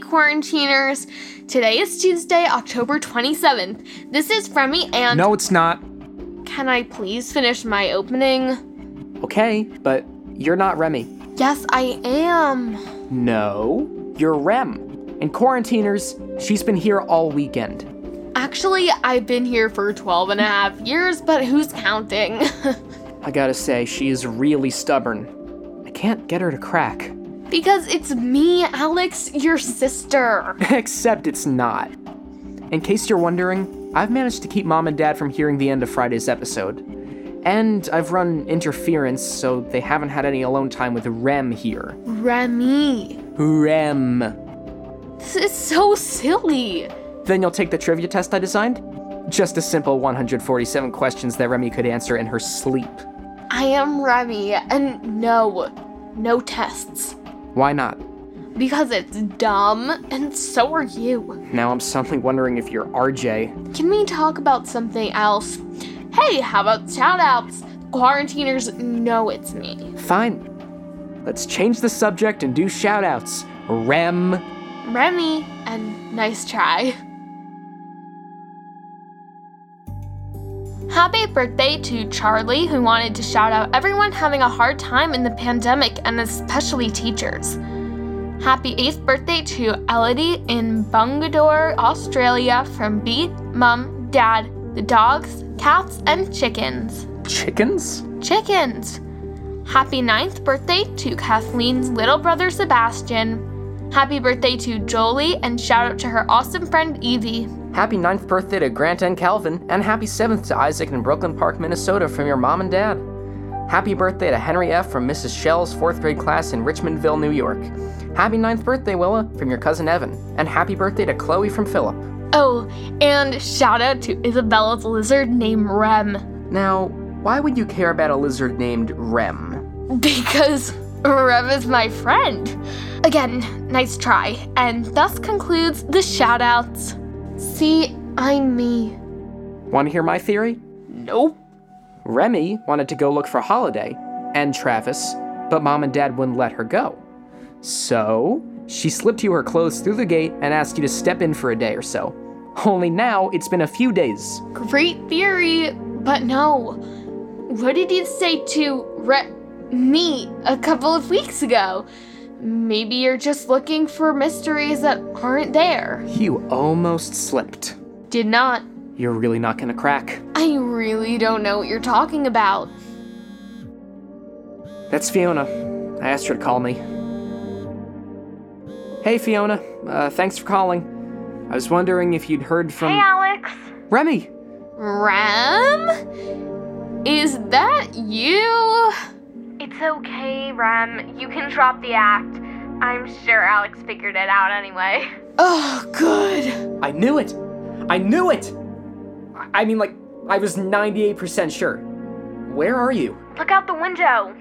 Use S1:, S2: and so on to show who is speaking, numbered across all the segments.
S1: quarantiners. Today is Tuesday, October 27th. This is Fremi and.
S2: No, it's not.
S1: Can I please finish my opening?
S2: Okay, but you're not Remy.
S1: Yes, I am.
S2: No, you're Rem. And quarantiners, she's been here all weekend.
S1: Actually, I've been here for 12 and a half years, but who's counting?
S2: I gotta say, she is really stubborn. I can't get her to crack.
S1: because it's me, Alex, your sister.
S2: Except it's not. In case you're wondering, I've managed to keep mom and dad from hearing the end of Friday's episode. And I've run interference, so they haven't had any alone time with Rem here.
S1: Remy.
S2: Rem.
S1: This is so silly.
S2: Then you'll take the trivia test I designed? Just a simple 147 questions that Remy could answer in her sleep.
S1: I am Remy, and no, no tests.
S2: Why not?
S1: Because it's dumb, and so are you.
S2: Now I'm suddenly wondering if you're RJ.
S1: Can we talk about something else? Hey, how about shout outs? Quarantiners know it's me.
S2: Fine. Let's change the subject and do shoutouts. Rem.
S1: Remy, and nice try. Happy birthday to Charlie, who wanted to shout out everyone having a hard time in the pandemic and especially teachers. Happy 8th birthday to Elodie in Bungadore, Australia, from B, Mum, Dad, the dogs, cats, and chickens.
S2: Chickens?
S1: Chickens! Happy ninth birthday to Kathleen's little brother Sebastian. Happy birthday to Jolie and shout out to her awesome friend Evie.
S2: Happy ninth birthday to Grant and Calvin, and happy seventh to Isaac in Brooklyn Park, Minnesota, from your mom and dad. Happy birthday to Henry F. from Mrs. Shell's fourth grade class in Richmondville, New York. Happy ninth birthday, Willa, from your cousin Evan. And happy birthday to Chloe from Philip.
S1: Oh, and shout out to Isabella's lizard named Rem
S2: Now, why would you care about a lizard named Rem?
S1: because Rem is my friend. Again, nice try. And thus concludes the shout outs. See, I'm me.
S2: Want to hear my theory?
S1: Nope.
S2: Remy wanted to go look for Holiday and Travis, but mom and dad wouldn't let her go. So she slipped you her clothes through the gate and asked you to step in for a day or so. Only now it's been a few days.
S1: Great theory, but no. What did you say to re- me a couple of weeks ago? Maybe you're just looking for mysteries that aren't there.
S2: You almost slipped.
S1: Did not.
S2: You're really not gonna crack.
S1: I really don't know what you're talking about.
S2: That's Fiona. I asked her to call me. Hey, Fiona. Uh, thanks for calling. I was wondering if you'd heard from.
S1: Alex.
S2: Remy!
S1: Ram? Is that you? It's okay, Ram. You can drop the act. I'm sure Alex figured it out anyway. Oh, good.
S2: I knew it! I knew it! I- I mean, like, I was 98% sure. Where are you?
S1: Look out the window.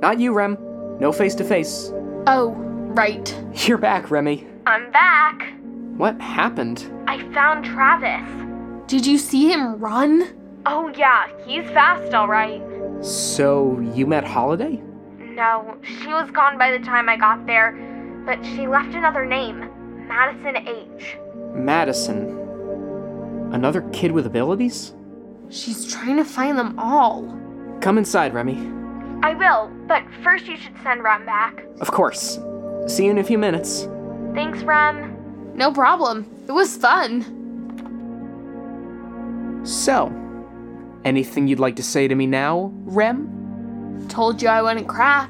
S2: Not you, Rem. No face to face.
S1: Oh, right.
S2: You're back, Remy.
S1: I'm back.
S2: What happened?
S1: I found Travis. Did you see him run? Oh, yeah, he's fast, all right.
S2: So, you met Holiday?
S1: No, she was gone by the time I got there, but she left another name Madison H.
S2: Madison. Another kid with abilities?
S1: She's trying to find them all.
S2: Come inside, Remy.
S1: I will, but first you should send Rem back.
S2: Of course. See you in a few minutes.
S1: Thanks, Rem. No problem. It was fun.
S2: So, anything you'd like to say to me now, Rem?
S1: Told you I wouldn't crack.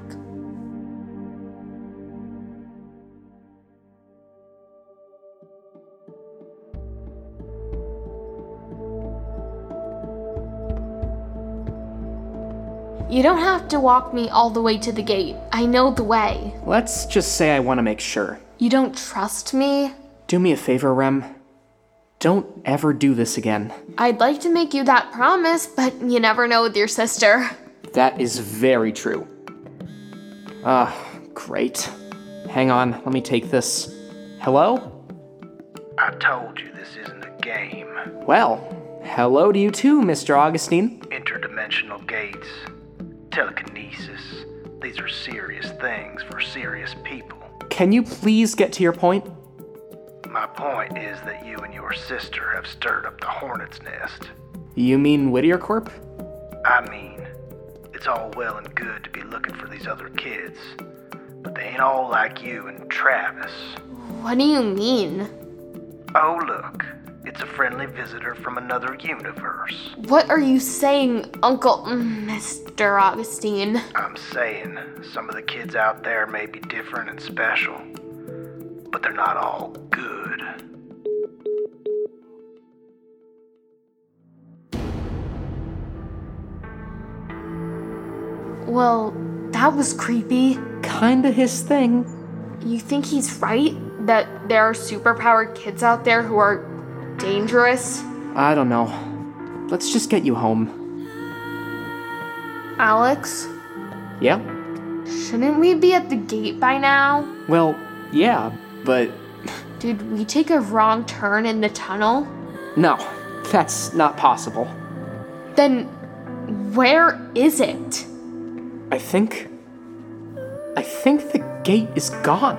S1: You don't have to walk me all the way to the gate. I know the way.
S2: Let's just say I want to make sure.
S1: You don't trust me?
S2: Do me a favor, Rem. Don't ever do this again.
S1: I'd like to make you that promise, but you never know with your sister.
S2: That is very true. Ah, great. Hang on, let me take this. Hello?
S3: I told you this isn't a game.
S2: Well, hello to you too, Mr. Augustine.
S3: Interdimensional gates, telekinesis, these are serious things for serious people.
S2: Can you please get to your point?
S3: My point is that you and your sister have stirred up the hornet's nest.
S2: You mean Whittier Corp?
S3: I mean, it's all well and good to be looking for these other kids, but they ain't all like you and Travis.
S1: What do you mean?
S3: Oh, look, it's a friendly visitor from another universe.
S1: What are you saying, Uncle Mr. Augustine?
S3: I'm saying some of the kids out there may be different and special, but they're not all good.
S1: Well, that was creepy.
S2: Kinda his thing.
S1: You think he's right that there are superpowered kids out there who are dangerous?
S2: I don't know. Let's just get you home.
S1: Alex,
S2: Yeah?
S1: shouldn't we be at the gate by now?
S2: Well, yeah, but
S1: Did we take a wrong turn in the tunnel?
S2: no, that's not possible.
S1: Then where is it?
S2: I think. I think the gate is gone.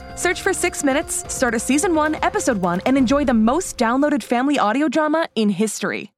S4: Search for Six Minutes, start a season one, episode one, and enjoy the most downloaded family audio drama in history.